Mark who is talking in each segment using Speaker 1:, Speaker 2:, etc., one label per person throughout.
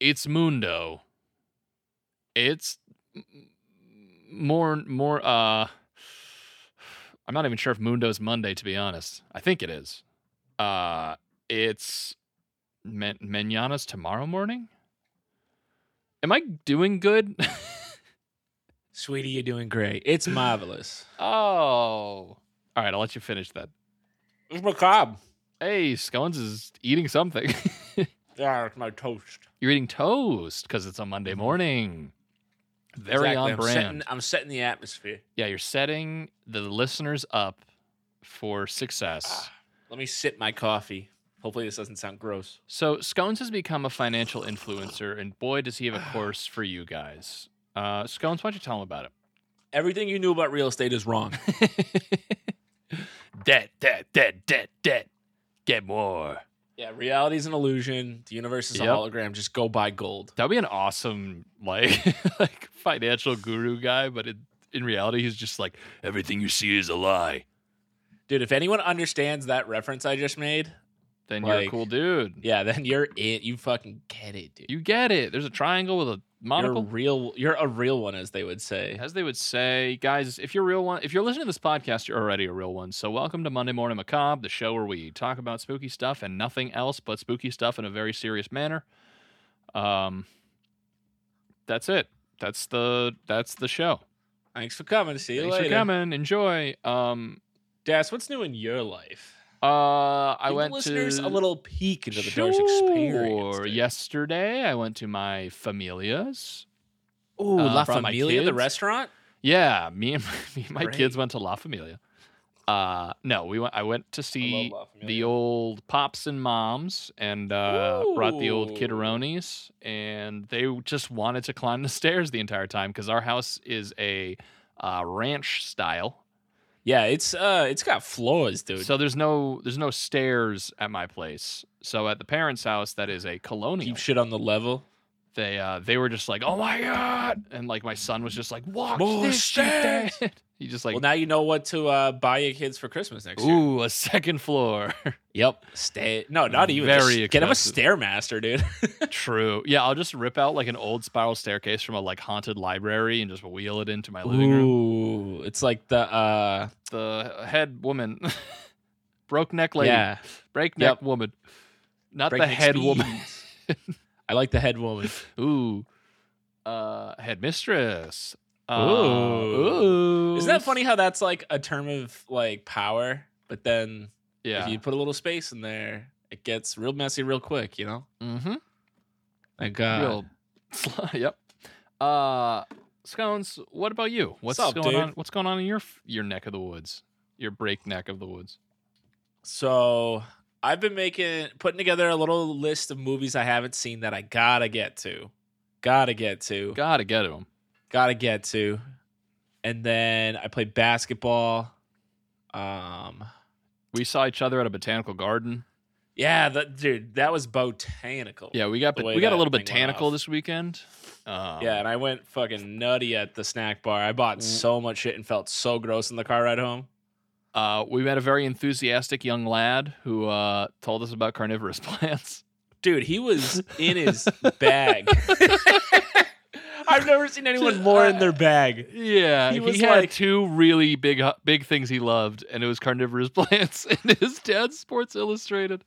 Speaker 1: it's Mundo. It's m- more more uh I'm not even sure if Mundo's Monday to be honest. I think it is. Uh it's Men- Manana's tomorrow morning. Am I doing good?
Speaker 2: Sweetie, you're doing great. It's marvelous.
Speaker 1: oh. All right, I'll let you finish that.
Speaker 2: It's macabre.
Speaker 1: Hey, Scones is eating something.
Speaker 2: Yeah, it's my toast.
Speaker 1: You're eating toast because it's a Monday morning. Very
Speaker 2: Mm-hmm. Exactly.
Speaker 1: on
Speaker 2: I'm
Speaker 1: brand.
Speaker 2: Setting, I'm setting the atmosphere.
Speaker 1: yeah, you're setting the listeners up for success.
Speaker 2: Ah, let me sip my coffee. Hopefully, this doesn't sound gross.
Speaker 1: So Scones has become a financial influencer, and boy, does he have a course for you guys. Uh, Scones, why don't you tell him about
Speaker 2: Everything you knew about real estate is wrong.
Speaker 1: it? debt, debt, debt, debt, debt. Get more.
Speaker 2: yeah, reality's an illusion. The universe is
Speaker 1: Yep.
Speaker 2: a hologram. Just go buy gold.
Speaker 1: That'd be an awesome like like financial guru guy, but it, in reality, he's just like everything you see is a lie.
Speaker 2: Dude, if anyone understands that reference I just made,
Speaker 1: Then you're a
Speaker 2: Like-
Speaker 1: cool dude.
Speaker 2: yeah, then you're it. You fucking get it, dude.
Speaker 1: You get it. There's a triangle with a
Speaker 2: You're a
Speaker 1: monocle.
Speaker 2: real. You're a real one, as they would say.
Speaker 1: As they would say, guys, if you're a real one, if you're listening to this podcast, you're already a real one. So welcome to Monday Morning Macabre, the show where we talk about spooky stuff and nothing else but spooky stuff in a very serious manner. Um, that's it. That's the that's the show.
Speaker 2: Thanks for coming. See you
Speaker 1: Thanks
Speaker 2: later.
Speaker 1: for coming. Enjoy. Um,
Speaker 2: Das, what's new in your life?
Speaker 1: uh, I
Speaker 2: Give the
Speaker 1: went
Speaker 2: listeners
Speaker 1: to
Speaker 2: a little peek into the
Speaker 1: sure.
Speaker 2: Dark's experience. dude.
Speaker 1: Yesterday, I went to my familia's.
Speaker 2: Ooh,
Speaker 1: uh,
Speaker 2: La
Speaker 1: brought my
Speaker 2: Familia, the
Speaker 1: kids.
Speaker 2: restaurant.
Speaker 1: Yeah, me and my, me and my kids
Speaker 2: Great.
Speaker 1: went to La Familia. Uh, no, we went. I went to see
Speaker 2: La
Speaker 1: the
Speaker 2: Familia.
Speaker 1: old pops and moms, and uh, brought the old
Speaker 2: Ooh.
Speaker 1: kidderonis, and they just wanted to climb the stairs the entire time because our house is a uh, ranch style.
Speaker 2: Yeah, it's uh, it's got floors, dude.
Speaker 1: So there's no there's no stairs at my place. So at the parents' house, that is a colonial.
Speaker 2: Keep shit on the level.
Speaker 1: They uh, they were just like, oh my god, and like my son was just like, watch
Speaker 2: More
Speaker 1: this
Speaker 2: stairs!"
Speaker 1: shit." He just like,
Speaker 2: well, now you know what to uh, buy your kids for Christmas next year.
Speaker 1: ooh, a second floor.
Speaker 2: Yep. Stay. No, not even. just
Speaker 1: Very
Speaker 2: Get him a
Speaker 1: expensive.
Speaker 2: stairmaster, dude.
Speaker 1: True. Yeah, I'll just rip out like an old spiral staircase from a like haunted library and just wheel it into my living room.
Speaker 2: Ooh, it's like the uh,
Speaker 1: The head woman, broke neck lady,
Speaker 2: yeah,
Speaker 1: break neck
Speaker 2: Yep.
Speaker 1: woman, not the
Speaker 2: breakneck
Speaker 1: head woman.
Speaker 2: speeds. I like the head woman.
Speaker 1: Ooh, uh, head mistress. Uh,
Speaker 2: Ooh.
Speaker 1: ooh.
Speaker 2: Isn't that funny how that's like a term of like power, but then
Speaker 1: Yeah.
Speaker 2: if you put a little space in there, it gets real messy real quick, you know?
Speaker 1: mm-hmm.
Speaker 2: Like uh,
Speaker 1: Real. yep. Uh, scones. What about you? What's,
Speaker 2: up,
Speaker 1: going
Speaker 2: dude?
Speaker 1: on? What's going on in your f- your neck of the woods? Your break neck of the woods.
Speaker 2: So I've been making putting together a little list of movies I haven't seen that I gotta get to, gotta get to,
Speaker 1: Gotta get him.
Speaker 2: gotta get to, and then I play basketball. Um,
Speaker 1: We saw each other at a botanical garden.
Speaker 2: yeah, that dude, that was botanical.
Speaker 1: Yeah, we got
Speaker 2: The
Speaker 1: but
Speaker 2: way
Speaker 1: we got a
Speaker 2: that
Speaker 1: little
Speaker 2: thing went
Speaker 1: botanical
Speaker 2: off.
Speaker 1: this weekend. Um,
Speaker 2: Yeah, and I went fucking nutty at the snack bar. I
Speaker 1: Mm.
Speaker 2: bought so much shit and felt so gross in the car ride home.
Speaker 1: uh, we met a very enthusiastic young lad who uh, told us about carnivorous plants.
Speaker 2: Dude, he was in his bag. I've never seen anyone
Speaker 1: uh,
Speaker 2: more in their bag.
Speaker 1: Yeah,
Speaker 2: He
Speaker 1: he,
Speaker 2: was
Speaker 1: had
Speaker 2: like-
Speaker 1: two really big hu- big things he loved, and it was carnivorous plants and his dad's Sports Illustrated.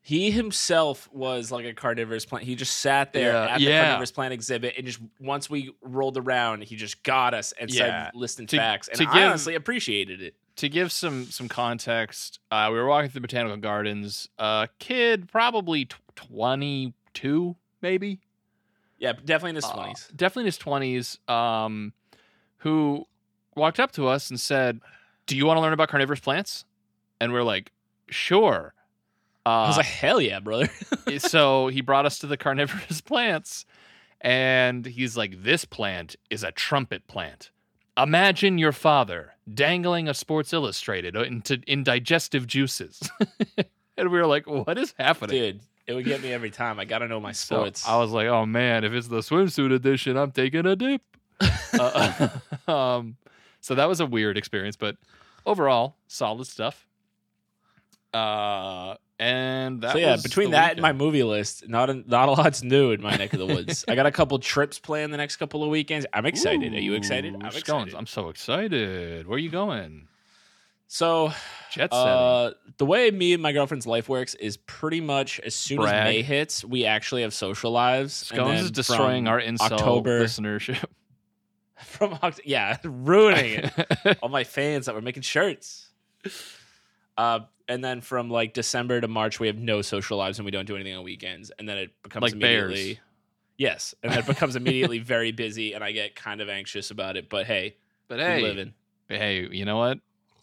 Speaker 2: He himself was like a carnivorous plant. He just sat there
Speaker 1: Yeah,
Speaker 2: at
Speaker 1: yeah.
Speaker 2: the carnivorous plant exhibit and just once we rolled around, he just got us and
Speaker 1: Yeah.
Speaker 2: said list and
Speaker 1: To-
Speaker 2: facts. And
Speaker 1: to
Speaker 2: I
Speaker 1: give-
Speaker 2: honestly appreciated it.
Speaker 1: To give some some context, uh, we were walking through the botanical gardens. A kid, probably tw twenty two, maybe
Speaker 2: Yeah, definitely in his
Speaker 1: Uh,
Speaker 2: twenties.
Speaker 1: definitely in his twenties, um, who walked up to us and said, "Do you want to learn about carnivorous plants?" And we're like, "Sure." Uh,
Speaker 2: I was like, hell yeah, brother.
Speaker 1: so he brought us to the carnivorous plants, and he's like, "This plant is a trumpet plant. Imagine your father dangling a Sports Illustrated into in digestive juices." and we were like, "What is happening?"
Speaker 2: Dude, it would get me every time. I gotta know my
Speaker 1: So
Speaker 2: sports.
Speaker 1: I was like, oh man, if it's the swimsuit edition, I'm taking a dip. Uh, um, so that was a weird experience, but overall, solid stuff. Uh, And that
Speaker 2: so yeah,
Speaker 1: was
Speaker 2: between
Speaker 1: the
Speaker 2: that and my
Speaker 1: weekend.
Speaker 2: movie list, not a, not a lot's new in my neck of the woods. I got a couple trips planned the next couple of weekends. I'm excited. Are you excited?
Speaker 1: Ooh,
Speaker 2: I'm
Speaker 1: scones.
Speaker 2: excited.
Speaker 1: I'm so excited. Where are you going?
Speaker 2: So
Speaker 1: Jet setting.
Speaker 2: uh, the way me and my girlfriend's life works is pretty much as soon as
Speaker 1: Brag.
Speaker 2: May hits, we actually have social lives. and
Speaker 1: Scones
Speaker 2: then
Speaker 1: is destroying
Speaker 2: from,
Speaker 1: our incel
Speaker 2: October-
Speaker 1: listenership.
Speaker 2: from Oct- yeah, ruining it. all my fans that were making shirts. Uh, and then from like December to March, we have no social lives and we don't do anything on weekends. And then it becomes
Speaker 1: Like bears.
Speaker 2: immediately, yes, and then it becomes immediately very busy, and I get kind of anxious about it. But hey,
Speaker 1: but
Speaker 2: we
Speaker 1: hey,
Speaker 2: living.
Speaker 1: hey, you know what?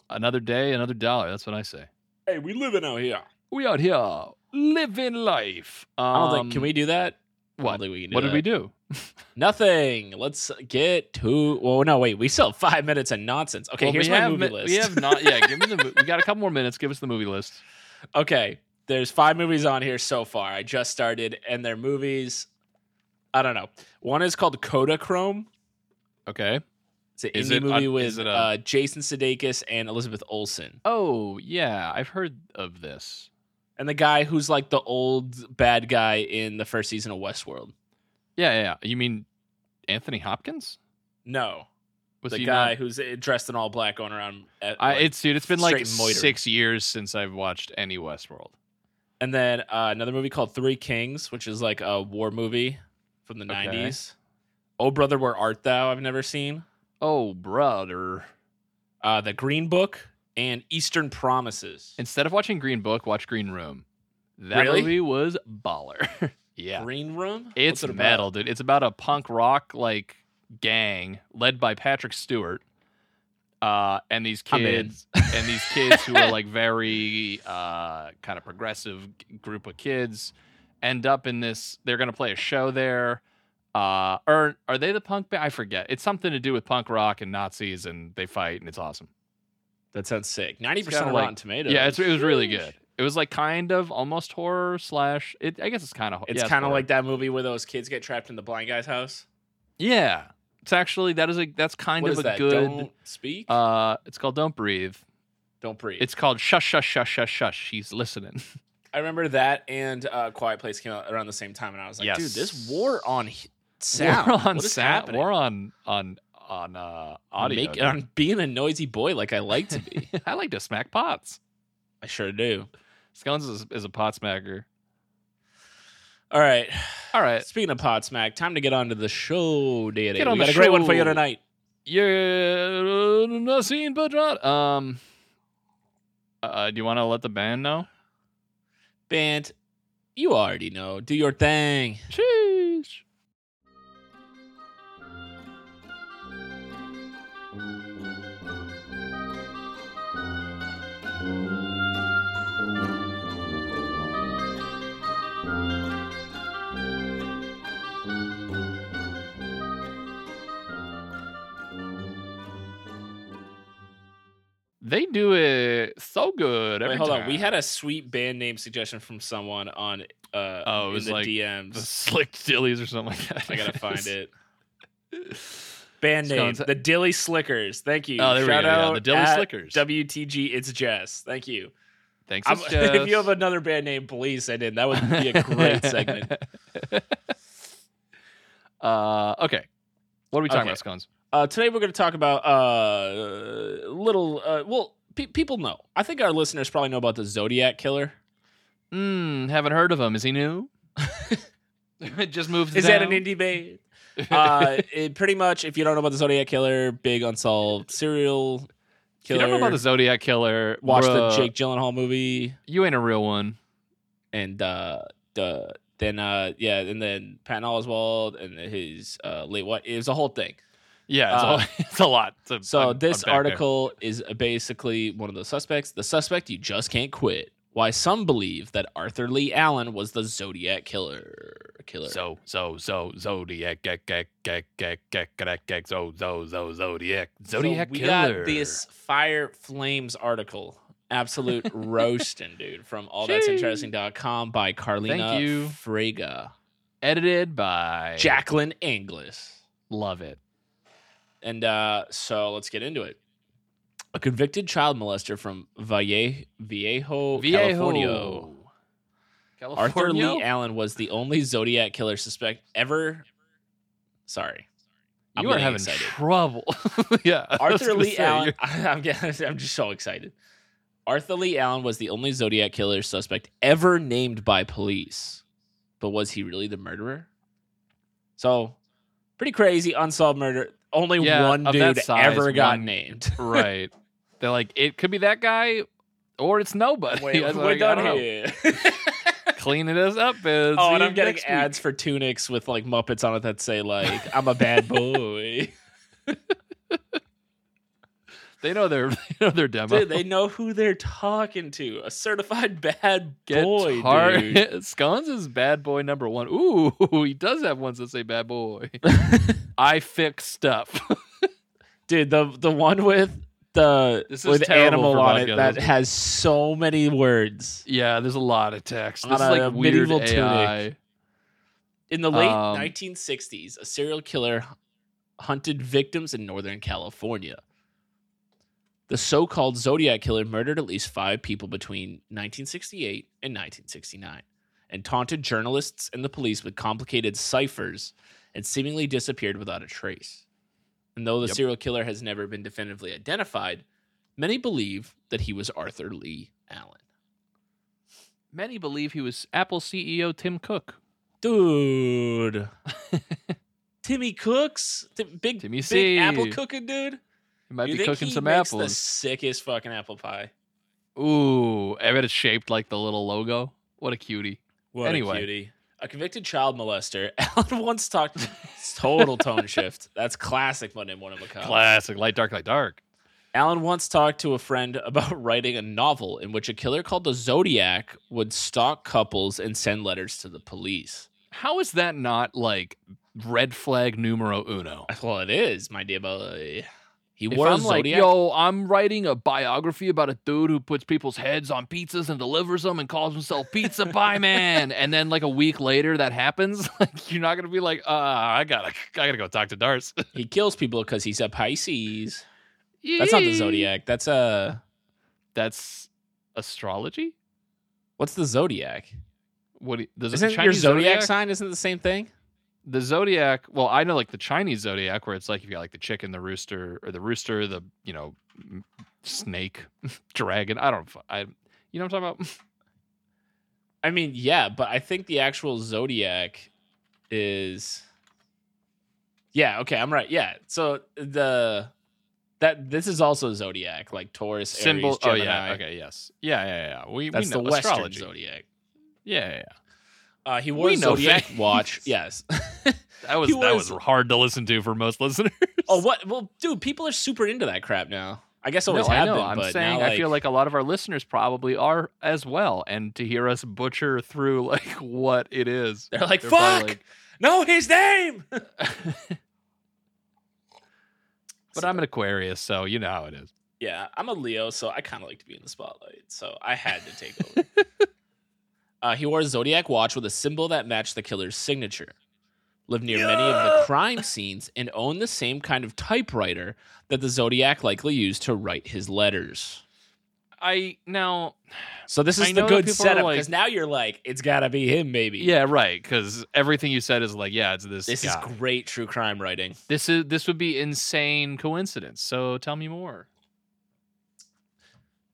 Speaker 1: Another day, another dollar. That's what I say.
Speaker 2: Hey, we living out here.
Speaker 1: We out here living life. Um,
Speaker 2: I don't think can we do that. I
Speaker 1: What?
Speaker 2: don't think we can do
Speaker 1: what did we
Speaker 2: that.
Speaker 1: do?
Speaker 2: Nothing. Let's get to. Well, no, wait. We still have five minutes of nonsense. Okay,
Speaker 1: Well,
Speaker 2: here's
Speaker 1: we
Speaker 2: my
Speaker 1: have
Speaker 2: movie
Speaker 1: mi-
Speaker 2: list.
Speaker 1: We have not. Yeah, give me the. mo- we got a couple more minutes. Give us the movie list.
Speaker 2: okay there's five movies on here so far i just started and they're movies i don't know one is called Kodachrome.
Speaker 1: Okay.
Speaker 2: it's an
Speaker 1: Is
Speaker 2: indie
Speaker 1: it a-
Speaker 2: movie
Speaker 1: is
Speaker 2: with
Speaker 1: it a-
Speaker 2: uh, jason sudeikis and elizabeth olsen
Speaker 1: Oh yeah, I've heard of this.
Speaker 2: and the guy who's like the old bad guy in the first season of westworld
Speaker 1: Yeah, yeah. yeah. You mean Anthony Hopkins?
Speaker 2: no
Speaker 1: Was
Speaker 2: the
Speaker 1: he
Speaker 2: guy
Speaker 1: not-
Speaker 2: who's uh, dressed in all black going around at,
Speaker 1: I,
Speaker 2: like-
Speaker 1: it's dude. It's been like
Speaker 2: straight moiter.
Speaker 1: six years since I've watched any Westworld.
Speaker 2: and then uh, another movie called three kings which is like a war movie from the
Speaker 1: Okay.
Speaker 2: 90s oh brother where art thou i've never seen
Speaker 1: Oh brother!
Speaker 2: uh, the green book and eastern promises
Speaker 1: Instead of watching Green Book, watch Green Room. That
Speaker 2: Really?
Speaker 1: movie was baller. yeah,
Speaker 2: Green Room?
Speaker 1: it's
Speaker 2: What's it about?
Speaker 1: metal, dude. It's about a punk rock like gang led by Patrick Stewart, uh, and these
Speaker 2: I'm in.
Speaker 1: kids and these kids who are like very uh, kind of progressive g- group of kids end up in this. They're going to play a show there. Uh, or are they the punk band? I forget. It's something to do with punk rock and Nazis, and they fight, and it's awesome.
Speaker 2: That sounds sick. 90%
Speaker 1: kinda
Speaker 2: on
Speaker 1: like-
Speaker 2: Rotten Tomatoes.
Speaker 1: Yeah, it's, it was really
Speaker 2: Sheesh.
Speaker 1: good. It was like kind of almost horror slash. It, I guess it's kind of.
Speaker 2: It's kind of like that movie where those kids get trapped in the blind guy's house.
Speaker 1: Yeah, it's actually that is a that's kind
Speaker 2: What
Speaker 1: of
Speaker 2: is
Speaker 1: a
Speaker 2: that?
Speaker 1: good.
Speaker 2: Don't speak.
Speaker 1: Uh, it's called Don't Breathe.
Speaker 2: Don't breathe.
Speaker 1: It's called Shush Shush Shush Shush Shush. She's listening.
Speaker 2: I remember that and uh, Quiet Place came out around the same time, and I was like,
Speaker 1: Yes.
Speaker 2: dude, this war on h- sound.
Speaker 1: We're on
Speaker 2: what is
Speaker 1: sound-
Speaker 2: happening?
Speaker 1: We're on on on uh,
Speaker 2: on,
Speaker 1: audio.
Speaker 2: make- on being a noisy boy like I like to be.
Speaker 1: I like to smack pots.
Speaker 2: I sure do.
Speaker 1: Scones is, is a pot smacker.
Speaker 2: All right.
Speaker 1: All right,
Speaker 2: Speaking of Pod Smack, time to get on to the show, Daddy.
Speaker 1: Uh, Get on
Speaker 2: we
Speaker 1: the
Speaker 2: got a great one for you
Speaker 1: show.
Speaker 2: tonight.
Speaker 1: you're nothing but rot. Um, uh, do you want to let the band know?
Speaker 2: Band, you already know. Do your thing.
Speaker 1: Sheesh. They do it so good. Every
Speaker 2: Wait, hold
Speaker 1: time.
Speaker 2: on. We had a sweet band name suggestion from someone on uh
Speaker 1: Oh, it
Speaker 2: in
Speaker 1: was
Speaker 2: the
Speaker 1: like the
Speaker 2: DMs.
Speaker 1: slick dillies or something like that.
Speaker 2: I gotta find it. Band name,
Speaker 1: Scones-
Speaker 2: the Dilly Slickers. Thank you.
Speaker 1: Oh, there we
Speaker 2: Shout
Speaker 1: go, yeah,
Speaker 2: Out
Speaker 1: the Dilly
Speaker 2: at
Speaker 1: Slickers.
Speaker 2: WTG, it's Jess. Thank you.
Speaker 1: Thanks.
Speaker 2: I'm,
Speaker 1: it's
Speaker 2: if
Speaker 1: Jess.
Speaker 2: you have another band name, please send in. That would be a great segment.
Speaker 1: Uh, okay. What are we talking
Speaker 2: Okay.
Speaker 1: about, scones?
Speaker 2: Uh, today we're going to talk about uh little uh, well pe- people know. I think our listeners probably know about the Zodiac killer.
Speaker 1: Mm, haven't heard of him. Is he new? Just moved. to
Speaker 2: Is that an
Speaker 1: town?
Speaker 2: indie band? uh, it pretty much, if you don't know about the Zodiac Killer, big unsolved serial
Speaker 1: If you
Speaker 2: killer.
Speaker 1: don't know about the Zodiac Killer.
Speaker 2: Watch
Speaker 1: bruh,
Speaker 2: the Jake Gyllenhaal movie,
Speaker 1: You ain't a real one.
Speaker 2: and uh, the then uh, yeah, and then Patton Oswald and his uh, late wife. It was a whole thing.
Speaker 1: Yeah, it's,
Speaker 2: Uh,
Speaker 1: a, it's a lot. It's a-
Speaker 2: So
Speaker 1: I'm- I'm
Speaker 2: this
Speaker 1: back there.
Speaker 2: article is basically one of the suspects. The suspect you just can't quit. Why some believe that Arthur Lee Allen was the Zodiac Killer. Killer.
Speaker 1: So so so Zodiac gek gek gek gek gek gek gek so so so Zodiac Zodiac
Speaker 2: so we
Speaker 1: Killer.
Speaker 2: got this fire flames article absolute roasting dude from all that's interesting.com by carlina
Speaker 1: Thank you.
Speaker 2: frega
Speaker 1: edited by
Speaker 2: jacqueline anglis
Speaker 1: Love it.
Speaker 2: and uh, so let's get into it a convicted child molester from Valle, Viejo, California,
Speaker 1: Viejo.
Speaker 2: Arthur
Speaker 1: California.
Speaker 2: Lee Allen was the only Zodiac killer suspect ever. Sorry, I'm
Speaker 1: you are
Speaker 2: getting
Speaker 1: having
Speaker 2: excited.
Speaker 1: trouble. yeah, I was
Speaker 2: Arthur
Speaker 1: gonna
Speaker 2: Lee
Speaker 1: say,
Speaker 2: Allen.
Speaker 1: you're-
Speaker 2: I'm, getting, I'm just so excited. Arthur Lee Allen was the only Zodiac killer suspect ever named by police, but was he really the murderer? So, pretty crazy unsolved murder. Only
Speaker 1: Yeah,
Speaker 2: one
Speaker 1: of that
Speaker 2: dude
Speaker 1: size,
Speaker 2: ever got
Speaker 1: one-
Speaker 2: named.
Speaker 1: right. They're like, it could be that guy, or it's nobody.
Speaker 2: Wait,
Speaker 1: I was
Speaker 2: we're
Speaker 1: like, I
Speaker 2: done
Speaker 1: don't know.
Speaker 2: here.
Speaker 1: Cleaning us up is.
Speaker 2: oh, and I'm getting ads for tunics with like Muppets on it that say like "I'm a bad boy."
Speaker 1: They know their they know their demo.
Speaker 2: dude, they know who they're talking to. A certified bad
Speaker 1: Get
Speaker 2: boy,
Speaker 1: tar-
Speaker 2: dude.
Speaker 1: Scones is bad boy number one. Ooh, he does have ones that say bad boy. I fix stuff.
Speaker 2: Dude, the the one with the
Speaker 1: This is
Speaker 2: with
Speaker 1: terrible
Speaker 2: animal
Speaker 1: for
Speaker 2: on it
Speaker 1: vodka,
Speaker 2: that
Speaker 1: this is-
Speaker 2: has so many words.
Speaker 1: yeah, there's a lot of text. This
Speaker 2: On
Speaker 1: is
Speaker 2: a
Speaker 1: like weird
Speaker 2: medieval tunic.
Speaker 1: AI.
Speaker 2: In the late
Speaker 1: Um,
Speaker 2: 1960s, a serial killer hunted victims in Northern California. The so called Zodiac Killer murdered at least five people between 1968 and 1969 and taunted journalists and the police with complicated ciphers and seemingly disappeared without a trace. And though the
Speaker 1: Yep.
Speaker 2: serial killer has never been definitively identified, many believe that he was Arthur Lee Allen.
Speaker 1: Many believe he was Apple CEO Tim Cook.
Speaker 2: dude. Timmy Cooks, Ti- big
Speaker 1: Timmy
Speaker 2: big
Speaker 1: C.
Speaker 2: apple cooking dude.
Speaker 1: He might
Speaker 2: You
Speaker 1: be
Speaker 2: think
Speaker 1: cooking
Speaker 2: he
Speaker 1: some
Speaker 2: makes The
Speaker 1: apples.
Speaker 2: sickest fucking apple pie.
Speaker 1: Ooh, I bet it's shaped like the little logo. What a cutie.
Speaker 2: What
Speaker 1: Anyway.
Speaker 2: a cutie. A convicted child molester, Alan once talked it's total tone shift. That's classic Monday Morning Macabre.
Speaker 1: Classic. Light, dark, light, dark.
Speaker 2: Alan once talked to a friend about writing a novel in which a killer called the Zodiac would stalk couples and send letters to the police.
Speaker 1: How is that not like red flag numero uno?
Speaker 2: Well, it is, my dear boy. He
Speaker 1: If
Speaker 2: wore a
Speaker 1: I'm like,
Speaker 2: Zodiac
Speaker 1: yo, I'm writing a biography about a dude who puts people's heads on pizzas and delivers them and calls himself Pizza Pie Man, and then like a week later that happens, like you're not gonna be like, uh, I gotta, I gotta go talk to Darce.
Speaker 2: He kills people because he's a Pisces. That's not the zodiac. That's uh, a
Speaker 1: That's astrology.
Speaker 2: what's the zodiac?
Speaker 1: What do you- does
Speaker 2: Isn't
Speaker 1: a Chinese
Speaker 2: your zodiac,
Speaker 1: zodiac
Speaker 2: sign isn't it the same thing?
Speaker 1: the zodiac well i know like the chinese zodiac where it's like you got like the chicken the rooster or the rooster the you know m- snake dragon i don't fu- i you know what i'm talking about
Speaker 2: I mean, yeah, but I think the actual zodiac is Yeah, okay, I'm right. Yeah. So the that this is also zodiac, like Taurus, Aries,
Speaker 1: oh
Speaker 2: Gemini.
Speaker 1: yeah okay yes yeah yeah yeah, yeah. we
Speaker 2: That's
Speaker 1: we know
Speaker 2: the Western
Speaker 1: astrology
Speaker 2: zodiac.
Speaker 1: yeah yeah, yeah
Speaker 2: Uh, he wore a
Speaker 1: We know
Speaker 2: zodiac
Speaker 1: things.
Speaker 2: watch. Yes.
Speaker 1: that was,
Speaker 2: He
Speaker 1: that
Speaker 2: was-
Speaker 1: was hard to listen to for most listeners
Speaker 2: oh, what? Well, dude, people are super into that crap now. I guess
Speaker 1: no,
Speaker 2: always
Speaker 1: I
Speaker 2: have
Speaker 1: know.
Speaker 2: been.
Speaker 1: I'm
Speaker 2: but
Speaker 1: saying
Speaker 2: now,
Speaker 1: I feel like a lot of our listeners probably are as well, and to hear us butcher through like what it is,
Speaker 2: they're like,
Speaker 1: they're probably
Speaker 2: "Fuck,
Speaker 1: like,
Speaker 2: no, his name."
Speaker 1: but I'm an Aquarius, so you know how it is.
Speaker 2: Yeah, I'm a Leo, so I kind of like to be in the spotlight. So I had to take over. uh, he wore a zodiac watch with a symbol that matched the killer's signature. Lived near many of the
Speaker 1: Yeah.
Speaker 2: crime scenes and owned the same kind of typewriter that the zodiac likely used to write his letters.
Speaker 1: I now
Speaker 2: So this
Speaker 1: I
Speaker 2: is the
Speaker 1: know that
Speaker 2: good
Speaker 1: people are
Speaker 2: setup
Speaker 1: like-
Speaker 2: because now you're like, it's gotta be him, maybe.
Speaker 1: Yeah, right. Because everything you said is like, yeah, it's this.
Speaker 2: this
Speaker 1: guy.
Speaker 2: is great true crime writing.
Speaker 1: this is this would be insane coincidence. So tell me more.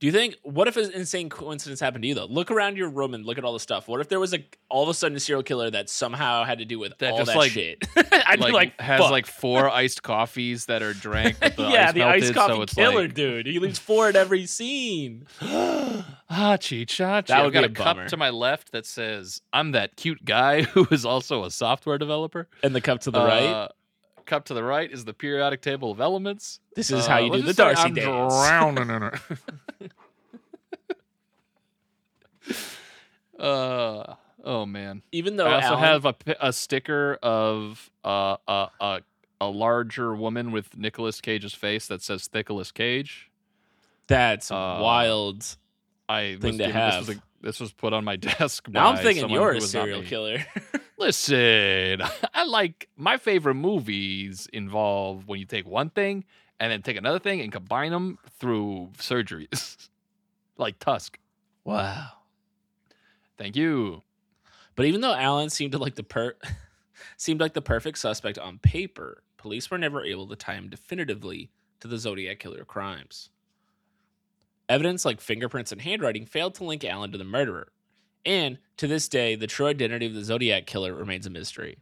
Speaker 2: Do you think what if an insane coincidence happened to you though? Look around your room and look at all the stuff. What if there was a all of a sudden a serial killer that somehow had to do with
Speaker 1: That
Speaker 2: all
Speaker 1: just,
Speaker 2: that
Speaker 1: like-
Speaker 2: shit? I'd be like,
Speaker 1: has
Speaker 2: fuck.
Speaker 1: like four iced coffees that are drank. But the
Speaker 2: yeah,
Speaker 1: ice
Speaker 2: the
Speaker 1: melted,
Speaker 2: ice coffee
Speaker 1: so it's
Speaker 2: killer,
Speaker 1: Like,
Speaker 2: dude. He leaves four in every scene.
Speaker 1: ah, cheat shot.
Speaker 2: That
Speaker 1: I've
Speaker 2: would
Speaker 1: got
Speaker 2: be
Speaker 1: a
Speaker 2: a
Speaker 1: cup
Speaker 2: bummer.
Speaker 1: to my left that says, "I'm that cute guy who is also a software developer."
Speaker 2: And the cup to the right.
Speaker 1: Uh, Cup to the right is the periodic table of elements.
Speaker 2: This is
Speaker 1: Uh,
Speaker 2: how you
Speaker 1: let's
Speaker 2: do the
Speaker 1: just say
Speaker 2: Darcy
Speaker 1: I'm
Speaker 2: dance.
Speaker 1: Drowning in it. uh, oh man.
Speaker 2: Even though
Speaker 1: I also
Speaker 2: Alan-
Speaker 1: have a, pi- a sticker of uh, a a a larger woman with Nicolas Cage's face that says Nicolas Cage.
Speaker 2: that's
Speaker 1: uh,
Speaker 2: wild.
Speaker 1: I was
Speaker 2: Thing to
Speaker 1: given- This was,
Speaker 2: have.
Speaker 1: a- this was put on my desk.
Speaker 2: Now I'm
Speaker 1: by
Speaker 2: thinking
Speaker 1: someone
Speaker 2: you're
Speaker 1: who
Speaker 2: a
Speaker 1: was not
Speaker 2: serial
Speaker 1: me.
Speaker 2: killer.
Speaker 1: Listen, I like my favorite movies involve when you take one thing and then take another thing and combine them through surgeries, like Tusk.
Speaker 2: wow.
Speaker 1: Thank you.
Speaker 2: But even though Allen seemed to like the per seemed like the perfect suspect on paper, police were never able to tie him definitively to the Zodiac killer crimes. Evidence like fingerprints and handwriting failed to link Allen to the murderer. And to this day, the true identity of the Zodiac killer remains a mystery.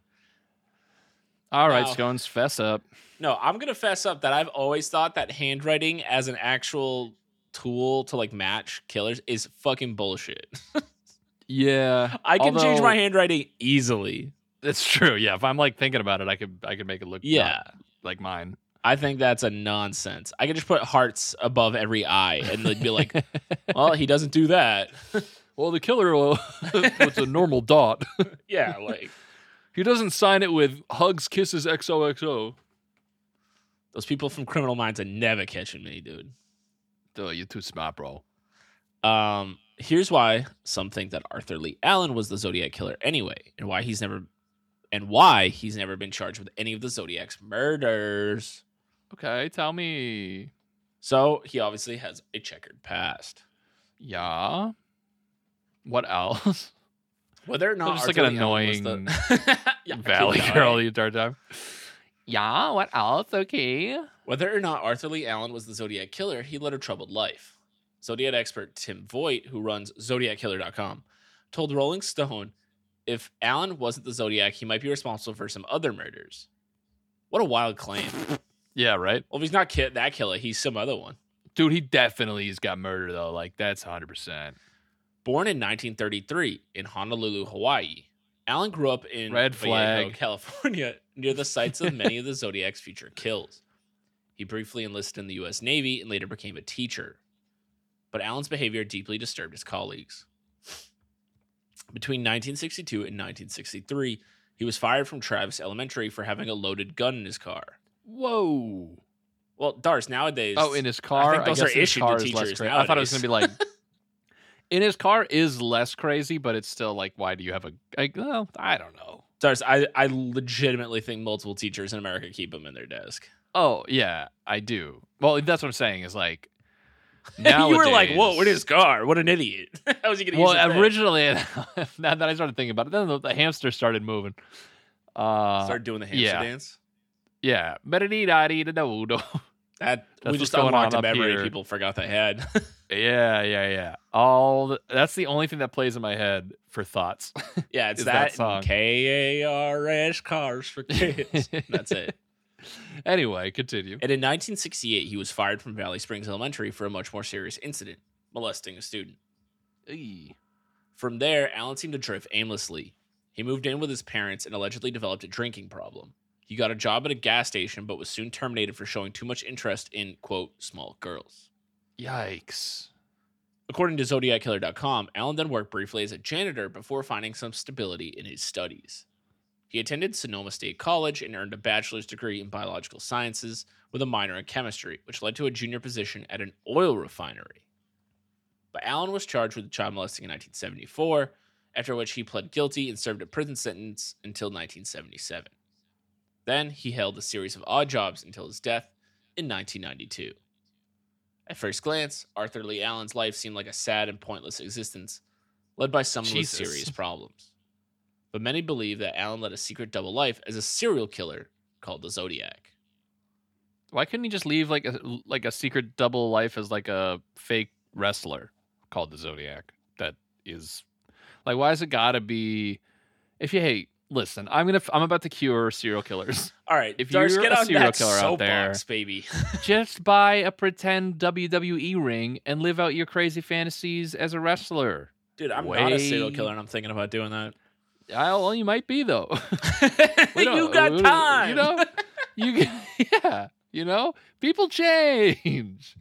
Speaker 1: All right,
Speaker 2: Wow.
Speaker 1: Scones, fess up.
Speaker 2: No, I'm gonna fess up that I've always thought that handwriting as an actual tool to like match killers is fucking bullshit.
Speaker 1: Yeah,
Speaker 2: I can change
Speaker 1: Although-
Speaker 2: my handwriting easily.
Speaker 1: that's true. Yeah, if I'm like thinking about it, I could I could make it look not
Speaker 2: Yeah.
Speaker 1: like mine.
Speaker 2: I think that's a nonsense. I could just put hearts above every eye and they'd be like, well, he doesn't do that.
Speaker 1: Well, the killer will, it's a normal dot.
Speaker 2: Yeah, like
Speaker 1: He doesn't sign it with hugs, kisses, XOXO.
Speaker 2: those people from Criminal Minds are never catching me, dude.
Speaker 1: Oh, you're too smart, bro.
Speaker 2: Um, here's why some think that Arthur Lee Allen was the Zodiac killer anyway, and why he's never and why he's never been charged with any of the Zodiac's murders.
Speaker 1: Okay, tell me.
Speaker 2: So he obviously has a checkered past.
Speaker 1: Yeah. What else?
Speaker 2: Whether or not
Speaker 1: just like
Speaker 2: Arthur
Speaker 1: an
Speaker 2: Lee Allen was the-
Speaker 1: annoying
Speaker 2: Yeah, keep
Speaker 1: Valley
Speaker 2: going.
Speaker 1: girl the entire time. Yeah, what else? Okay.
Speaker 2: Whether or not Arthur Lee Allen was the Zodiac killer, he led a troubled life. Zodiac expert Tim Voigt, who runs ZodiacKiller.com, told Rolling Stone if Allen wasn't the Zodiac, he might be responsible for some other murders. What a wild claim.
Speaker 1: Yeah, right?
Speaker 2: Well, if he's not ki- that killer, he's some other one.
Speaker 1: Dude, he definitely has got murdered, though. Like, that's 100%.
Speaker 2: Born in 1933 in Honolulu, Hawaii, Allen grew up in
Speaker 1: Red flag.
Speaker 2: California, near the sites of many of the Zodiac's future kills. He briefly enlisted in the U.S. Navy and later became a teacher. But Allen's behavior deeply disturbed his colleagues. Between 1962 and 1963, he was fired from Travis Elementary for having a loaded gun in his car.
Speaker 1: Whoa.
Speaker 2: Well, Dars, nowadays.
Speaker 1: Oh, in his car?
Speaker 2: think those
Speaker 1: guess
Speaker 2: are
Speaker 1: in his
Speaker 2: issued to
Speaker 1: car is less
Speaker 2: teachers
Speaker 1: cra- I thought it was going
Speaker 2: nowadays.
Speaker 1: to be like. In his car is less crazy, but it's still like, why do you have a? Like, well, I don't know.
Speaker 2: Dars, I, I legitimately think multiple teachers in America keep them in their desk.
Speaker 1: Oh yeah, I do. Well, that's what I'm saying is like
Speaker 2: you were like, "Whoa, what
Speaker 1: nowadays-
Speaker 2: is Gar? What an idiot! How is he going to
Speaker 1: Well,
Speaker 2: use it?"
Speaker 1: originally, now that I started thinking about it, then the, the hamster started moving. Uh,
Speaker 2: Start doing the hamster
Speaker 1: yeah.
Speaker 2: dance.
Speaker 1: yeah, Ba-da-dee-da-dee-da-do-do.
Speaker 2: That
Speaker 1: That's
Speaker 2: we
Speaker 1: what's
Speaker 2: just
Speaker 1: going
Speaker 2: unlocked
Speaker 1: on
Speaker 2: a
Speaker 1: up
Speaker 2: memory
Speaker 1: here.
Speaker 2: people forgot they had.
Speaker 1: yeah, yeah, yeah. All the, that's the only thing that plays in my head for thoughts.
Speaker 2: yeah, it's
Speaker 1: Is that
Speaker 2: that,
Speaker 1: song.
Speaker 2: K A R S cars for kids. That's it.
Speaker 1: anyway, continue.
Speaker 2: And in 1968, he was fired from Valley Springs Elementary for a much more serious incident, molesting a student. From there, Allen seemed to drift aimlessly. He moved in with his parents and allegedly developed a drinking problem. He got a job at a gas station, but was soon terminated for showing too much interest in quote small girls.
Speaker 1: Yikes.
Speaker 2: According to ZodiacKiller.com, Allen then worked briefly as a janitor before finding some stability in his studies. He attended Sonoma State College and earned a bachelor's degree in biological sciences with a minor in chemistry, which led to a junior position at an oil refinery. But Allen was charged with child molesting in 1974, after which he pled guilty and served a prison sentence until 1977. Then he held a series of odd jobs until his death in 1992. At first glance, Arthur Lee Allen's life seemed like a sad and pointless existence, led by someone
Speaker 1: Jesus.
Speaker 2: with serious problems. But many believe that Allen led a secret double life as a serial killer called the Zodiac.
Speaker 1: Why couldn't he just leave like a like a secret double life as like a fake wrestler called the Zodiac? That is like why has it got to be if you hey, listen, I'm going to I'm about to cure serial killers.
Speaker 2: All right,
Speaker 1: If
Speaker 2: Darce,
Speaker 1: you're
Speaker 2: get
Speaker 1: a
Speaker 2: on
Speaker 1: serial
Speaker 2: that
Speaker 1: killer out there-
Speaker 2: soapbox, baby.
Speaker 1: just buy a pretend WWE ring and live out your crazy fantasies as a wrestler.
Speaker 2: Dude, I'm not a serial
Speaker 1: Way-
Speaker 2: killer, and I'm thinking about doing that.
Speaker 1: I, well, you might be though. We don't-
Speaker 2: you got
Speaker 1: we-
Speaker 2: time.
Speaker 1: You know, you can- yeah, you know, people change.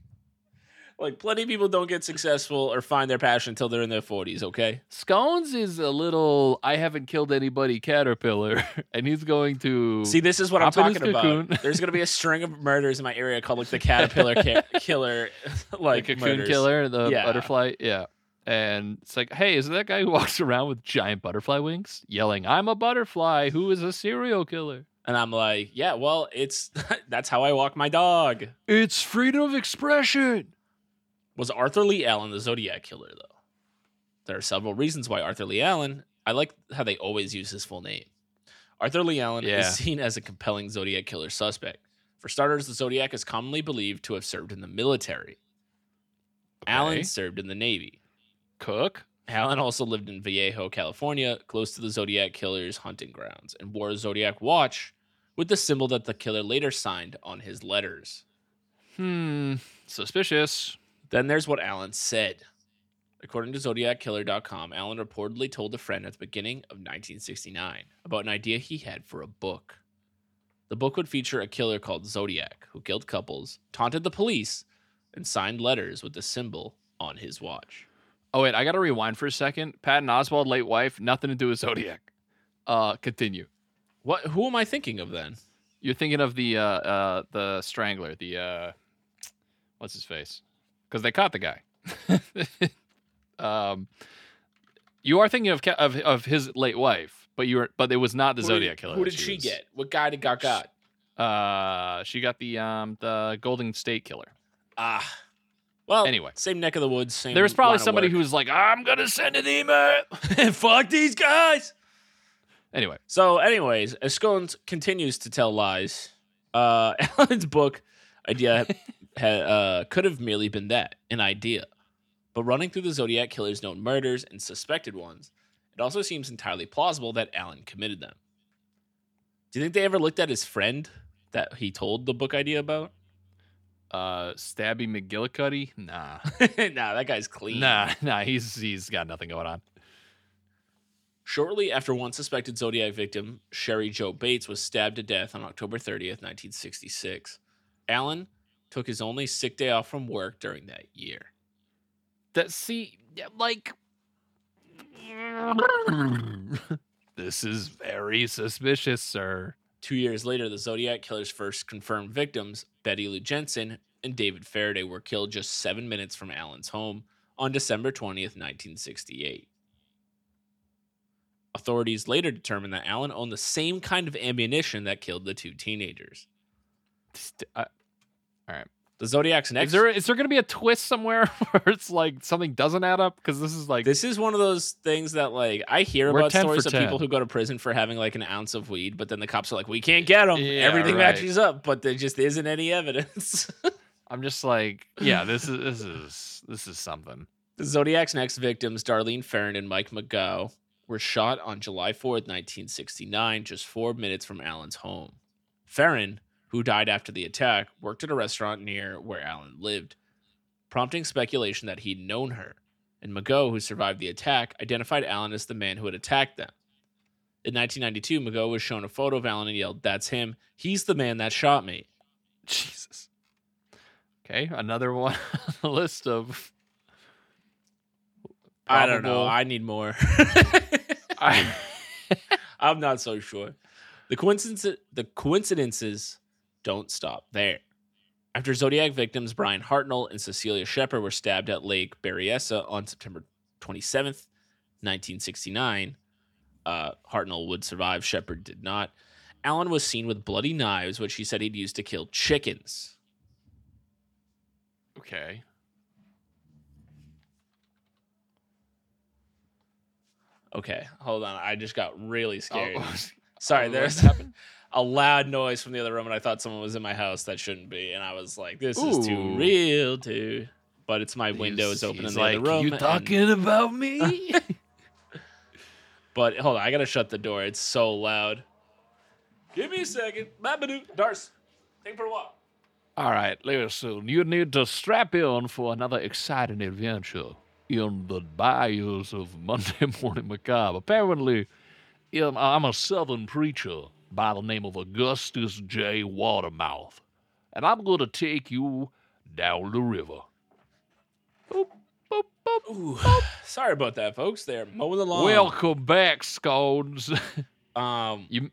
Speaker 2: like plenty of people don't get successful or find their passion until they're in their 40s. Okay,
Speaker 1: Scones is a little I haven't killed anybody caterpillar, and he's going to
Speaker 2: see, this is what
Speaker 1: Hop in
Speaker 2: I'm
Speaker 1: his
Speaker 2: talking about.
Speaker 1: cocoon.
Speaker 2: There's gonna be a string of murders in my area called like the caterpillar ca- killer, like
Speaker 1: the cocoon
Speaker 2: murders.
Speaker 1: killer, the
Speaker 2: Yeah.
Speaker 1: butterfly, yeah. And it's like, hey, is that guy who walks around with giant butterfly wings, yelling, "I'm a butterfly who is a serial killer"?
Speaker 2: And I'm like, yeah, well, it's that's how I walk my dog.
Speaker 1: It's freedom of expression.
Speaker 2: Was Arthur Lee Allen the Zodiac killer, though? There are several reasons why Arthur Lee Allen I like how they always use his full name. Arthur Lee Allen
Speaker 1: Yeah.
Speaker 2: is seen as a compelling Zodiac killer suspect. For starters, the Zodiac is commonly believed to have served in the military.
Speaker 1: Okay.
Speaker 2: Allen served in the Navy.
Speaker 1: Cook.
Speaker 2: Allen also lived in Vallejo, California, close to the Zodiac killer's hunting grounds, and wore a Zodiac watch with the symbol that the killer later signed on his letters.
Speaker 1: Hmm. Suspicious.
Speaker 2: Then there's what Allen said. According to ZodiacKiller.com, Allen reportedly told a friend at the beginning of 1969 about an idea he had for a book. The book would feature a killer called Zodiac who killed couples, taunted the police, and signed letters with the symbol on his watch.
Speaker 1: Oh wait, I gotta rewind for a second. Patton Oswald, late wife, nothing to do with Zodiac. Uh, continue.
Speaker 2: What? Who am I thinking of then?
Speaker 1: You're thinking of the uh, uh the strangler, the uh, what's his face? Because they caught the guy. um, you are thinking of Ca- of of his late wife, but you were but it was not the
Speaker 2: Who did-
Speaker 1: Zodiac killer.
Speaker 2: Who
Speaker 1: that
Speaker 2: did she
Speaker 1: was-
Speaker 2: get? What guy did got got?
Speaker 1: Uh, she got the um the Golden State Killer.
Speaker 2: Ah. Well,
Speaker 1: Anyway.
Speaker 2: same neck of the woods. Same.
Speaker 1: There was probably
Speaker 2: line of
Speaker 1: somebody
Speaker 2: work.
Speaker 1: who was like, "I'm gonna send an email."
Speaker 2: fuck these guys.
Speaker 1: Anyway,
Speaker 2: So, anyways, as Scones continues to tell lies, uh, Allen's book idea ha, uh, could have merely been that an idea. But running through the Zodiac killer's known murders and suspected ones, it also seems entirely plausible that Allen committed them. Do you think they ever looked at his friend that he told the book idea about?
Speaker 1: uh, Stabby McGillicuddy, nah.
Speaker 2: nah, that guy's clean.
Speaker 1: Nah, nah, he's he's got nothing going on.
Speaker 2: Shortly after one suspected Zodiac victim, Sherry Joe Bates, was stabbed to death on October 30th, 1966, Allen took his only sick day off from work during that year.
Speaker 1: That see, yeah, like, this is very suspicious, sir.
Speaker 2: Two years later, the Zodiac killer's first confirmed victims, Betty Lou Jensen and David Faraday, were killed just seven minutes from Allen's home on December 20th, 1968. Authorities later determined that Allen owned the same kind of ammunition that killed the two teenagers.
Speaker 1: St- I-
Speaker 2: The Zodiac's next.
Speaker 1: Is there is there gonna be a twist somewhere where it's like something doesn't add up? Because this is like,
Speaker 2: This is one of those things that like I hear
Speaker 1: We're
Speaker 2: about
Speaker 1: 10 for
Speaker 2: stories of
Speaker 1: 10.
Speaker 2: people who go to prison for having like an ounce of weed, but then the cops are like, "We can't get them.
Speaker 1: Yeah,
Speaker 2: Everything
Speaker 1: right.
Speaker 2: matches up, but there just isn't any evidence."
Speaker 1: I'm just like, yeah, this is this is this is something.
Speaker 2: the Zodiac's next victims, Darlene Farron and Mike McGough, were shot on July 4th, 1969, just four minutes from Allen's home. Farron, who died after the attack, worked at a restaurant near where Allen lived, prompting speculation that he'd known her. And Mago, who survived the attack, identified Allen as the man who had attacked them. In 1992, Mago was shown a photo of Allen and yelled, That's him. He's the man that shot me.
Speaker 1: Jesus. Okay, another one on the list of.
Speaker 2: I don't know.
Speaker 1: probable-
Speaker 2: I need more.
Speaker 1: I-
Speaker 2: I'm not so sure. The coincidence the coincidences don't stop there. After Zodiac victims Brian Hartnell and Cecilia Shepard were stabbed at Lake Berryessa on September 27th, 1969, uh, Hartnell would survive. Shepard did not. Allen was seen with bloody knives, which he said he'd used to kill chickens.
Speaker 1: okay.
Speaker 2: Okay, hold on. I just got really scared.
Speaker 1: Oh,
Speaker 2: Sorry,
Speaker 1: what
Speaker 2: there's
Speaker 1: happened?
Speaker 2: a loud noise from the other room, and I thought someone was in my house that shouldn't be. And I was like, this is too
Speaker 1: Ooh.
Speaker 2: real, too. But it's my window is
Speaker 1: He's-
Speaker 2: open in
Speaker 1: he's
Speaker 2: the other
Speaker 1: like,
Speaker 2: room.
Speaker 1: You
Speaker 2: and-
Speaker 1: talking about me?
Speaker 2: but hold on, I gotta shut the door. It's so loud. Give me a second. Babadoo, Darce, take for a walk.
Speaker 1: All right, listen, you need to strap in for another exciting adventure in the bayous of Monday Morning Macabre. Apparently, um, I'm a southern preacher by the name of Augustus J. Watermouth, and I'm going to take you down the river. Boop, boop, boop.
Speaker 2: Ooh, sorry about that, folks. They're mowing the lawn.
Speaker 1: Welcome back, Scones.
Speaker 2: um,
Speaker 1: you,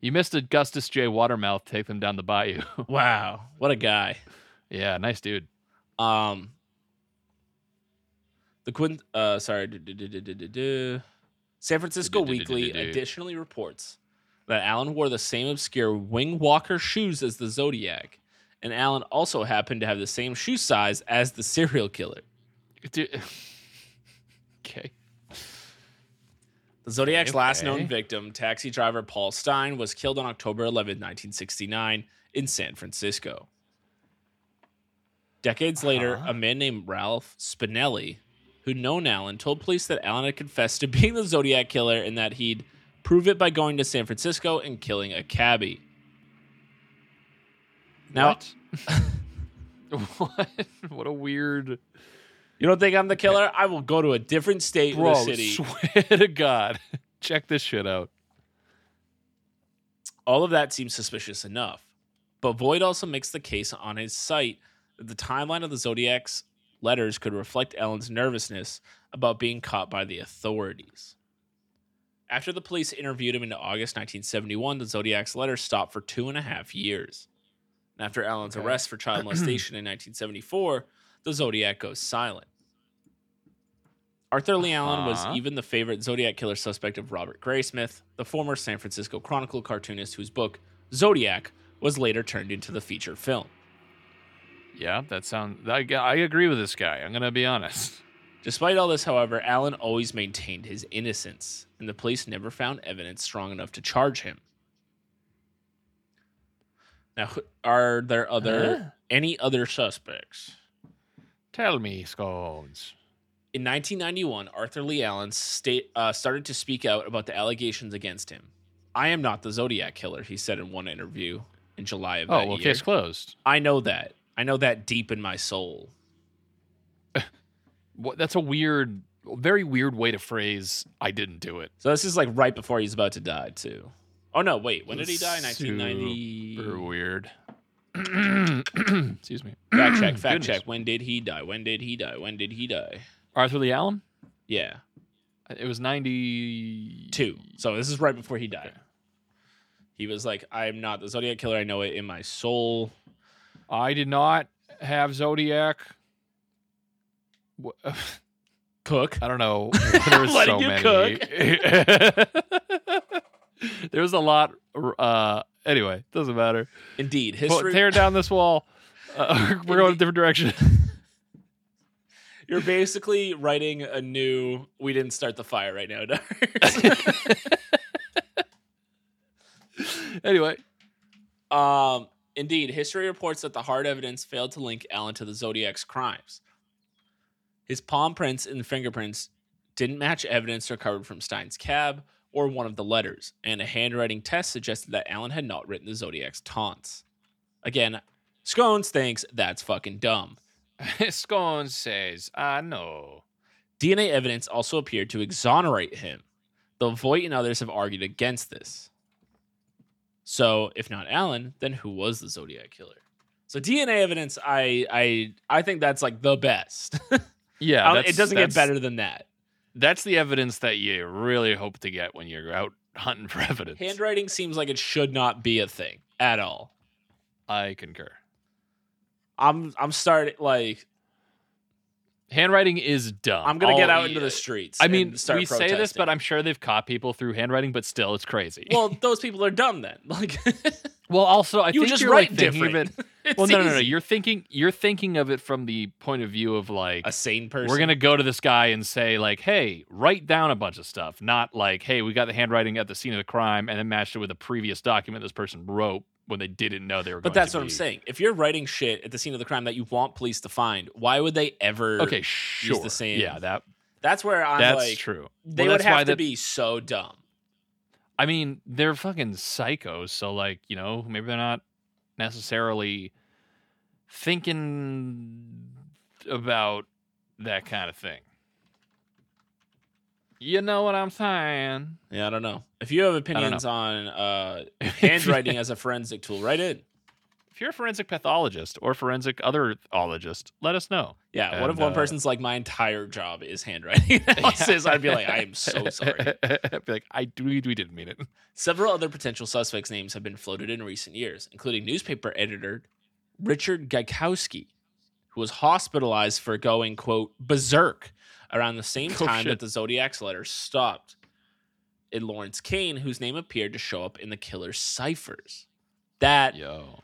Speaker 1: you missed Augustus J. Watermouth take them down the bayou.
Speaker 2: wow, what a guy.
Speaker 1: yeah, nice dude.
Speaker 2: Um, the Quin, uh, sorry, du- du- du- du- du- du- du. San Francisco
Speaker 1: Du- du- du- du-
Speaker 2: Weekly
Speaker 1: du- du.
Speaker 2: additionally reports that Allen wore the same obscure wing walker shoes as the Zodiac, and Allen also happened to have the same shoe size as the serial killer.
Speaker 1: Dude. okay.
Speaker 2: The Zodiac's
Speaker 1: Okay,
Speaker 2: last
Speaker 1: okay.
Speaker 2: known victim, taxi driver Paul Stein, was killed on October 11, 1969, in San Francisco. Decades later,
Speaker 1: Uh-huh.
Speaker 2: a man named Ralph Spinelli, who'd known Allen, told police that Allen had confessed to being the Zodiac killer and that he'd prove it by going to San Francisco and killing a cabbie. Now,
Speaker 1: what? what? What a weird
Speaker 2: you don't think I'm the killer? I will go to a different state
Speaker 1: bro.
Speaker 2: or city.
Speaker 1: Swear to God, check this shit out.
Speaker 2: All of that seems suspicious enough. But Void also makes the case on his site that the timeline of the Zodiac's letters could reflect Ellen's nervousness about being caught by the authorities. After the police interviewed him in August 1971, the Zodiac's letters stopped for two and a half years. And after Ellen's
Speaker 1: Okay.
Speaker 2: arrest for child molestation in 1974, the Zodiac goes silent. Arthur Lee Allen was
Speaker 1: Uh-huh.
Speaker 2: even the favorite Zodiac killer suspect of Robert Graysmith, the former San Francisco Chronicle cartoonist whose book, Zodiac, was later turned into the feature film.
Speaker 1: Yeah, that sounds. I, I agree with this guy. I'm gonna be honest.
Speaker 2: Despite all this, however, Allen always maintained his innocence, and the police never found evidence strong enough to charge him. Now, who- are there other
Speaker 1: Huh?
Speaker 2: any other suspects?
Speaker 1: Tell me, scones.
Speaker 2: In 1991, Arthur Lee Allen sta- uh, started to speak out about the allegations against him. I am not the Zodiac killer, he said in one interview in July of
Speaker 1: Oh,
Speaker 2: that
Speaker 1: well,
Speaker 2: year.
Speaker 1: case closed.
Speaker 2: I know that. I know that deep in my soul.
Speaker 1: What, that's a weird, very weird way to phrase. I didn't do it.
Speaker 2: So this is like right before he's about to die, too. Oh no, wait. When did he die?
Speaker 1: Super
Speaker 2: 1990.
Speaker 1: Very weird. Mm. Excuse me.
Speaker 2: Fact check, fact
Speaker 1: Goodness.
Speaker 2: check. When did he die? When did he die? When did he die?
Speaker 1: Arthur Lee Allen.
Speaker 2: Yeah,
Speaker 1: It was ninety
Speaker 2: two. So this is right before he died. He was like, I'm not the Zodiac Killer. I know it in my soul.
Speaker 1: I did not have Zodiac. Wha-
Speaker 2: Cook.
Speaker 1: I don't know. There's
Speaker 2: Letting
Speaker 1: so
Speaker 2: you
Speaker 1: many. there was a lot. Uh, anyway, doesn't matter.
Speaker 2: Indeed.
Speaker 1: Well,
Speaker 2: History.
Speaker 1: tear down this wall. Uh, we're going a different direction.
Speaker 2: You're basically writing a new, we didn't start the fire right now, Dars.
Speaker 1: anyway,
Speaker 2: Um, indeed, history reports that the hard evidence failed to link Allen to the Zodiac's crimes. His palm prints and fingerprints didn't match evidence recovered from Stein's cab or one of the letters, and a handwriting test suggested that Allen had not written the Zodiac's taunts. Again, Scones thinks that's fucking dumb.
Speaker 1: Scones says, "I know."
Speaker 2: DNA evidence also appeared to exonerate him, though Voight and others have argued against this. So, if not Allen, then who was the Zodiac killer? So DNA evidence, I I I think that's like the best.
Speaker 1: Yeah,
Speaker 2: I
Speaker 1: that's-
Speaker 2: don't- Uh, it doesn't get
Speaker 1: that's-
Speaker 2: better than that.
Speaker 1: That's the evidence that you really hope to get when you're out hunting for evidence.
Speaker 2: Handwriting seems like it should not be a thing at all.
Speaker 1: I concur.
Speaker 2: I'm I'm starting like
Speaker 1: Handwriting is dumb.
Speaker 2: I'm gonna get
Speaker 1: All-
Speaker 2: out into the streets.
Speaker 1: I mean,
Speaker 2: and start
Speaker 1: we say this,
Speaker 2: protesting.
Speaker 1: but I'm sure they've caught people through handwriting, but still, it's crazy.
Speaker 2: well, those people are dumb then. Like
Speaker 1: Well, also, I
Speaker 2: you
Speaker 1: think
Speaker 2: just
Speaker 1: you're
Speaker 2: write
Speaker 1: like thinking
Speaker 2: different.
Speaker 1: of it.
Speaker 2: It's
Speaker 1: Well, no, no, no.
Speaker 2: easy.
Speaker 1: You're thinking you're thinking of it from the point of view of like
Speaker 2: a sane person.
Speaker 1: we're gonna go to this guy and say like, hey, write down a bunch of stuff, not like, hey, we got the handwriting at the scene of the crime and then matched it with a previous document this person wrote when they didn't know they were.
Speaker 2: But
Speaker 1: going
Speaker 2: that's
Speaker 1: to
Speaker 2: what I'm
Speaker 1: be-
Speaker 2: saying. If you're writing shit at the scene of the crime that you want police to find, why would they ever?
Speaker 1: Okay, sure.
Speaker 2: same-
Speaker 1: Yeah, that
Speaker 2: that's where I'm
Speaker 1: that's
Speaker 2: like,
Speaker 1: true.
Speaker 2: they
Speaker 1: Well,
Speaker 2: would
Speaker 1: that's
Speaker 2: have
Speaker 1: why
Speaker 2: to
Speaker 1: that-
Speaker 2: be so dumb.
Speaker 1: I mean, they're fucking psychos, so like, you know, maybe they're not necessarily thinking about that kind of thing. You know what I'm saying?
Speaker 2: Yeah, I don't know. If you have opinions on uh, handwriting as a forensic tool, write in.
Speaker 1: if you're a forensic pathologist or forensic otherologist, let us know.
Speaker 2: Yeah, what if
Speaker 1: And,
Speaker 2: one
Speaker 1: uh,
Speaker 2: person's like, my entire job is handwriting analysis? I'd be like, I am so sorry.
Speaker 1: I'd be like, I we, we didn't mean it.
Speaker 2: Several other potential suspects' names have been floated in recent years, including newspaper editor Richard Gajkowski, who was hospitalized for going, quote, berserk around the same
Speaker 1: Oh,
Speaker 2: time
Speaker 1: shit.
Speaker 2: that the Zodiac's letter stopped. And Lawrence Kane, whose name appeared to show up in the killer's ciphers. That,
Speaker 1: Yo,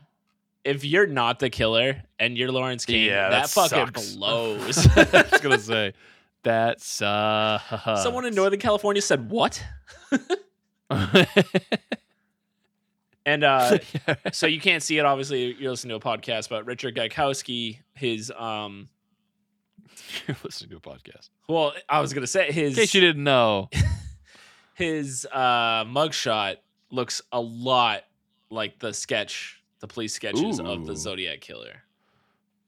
Speaker 2: if you're not the killer and you're Lawrence Kane,
Speaker 1: Yeah,
Speaker 2: that,
Speaker 1: that
Speaker 2: fucking
Speaker 1: sucks.
Speaker 2: blows.
Speaker 1: I was gonna say That sucks.
Speaker 2: Someone in Northern California said what? And uh, so you can't see it. Obviously, you're listening to a podcast. But Richard Gaikowski, his um,
Speaker 1: You're listening to a podcast.
Speaker 2: well, I was gonna say
Speaker 1: In
Speaker 2: his
Speaker 1: case you didn't know,
Speaker 2: his uh mugshot looks a lot like the sketch, the police sketches of
Speaker 1: Ooh.
Speaker 2: the Zodiac killer. Like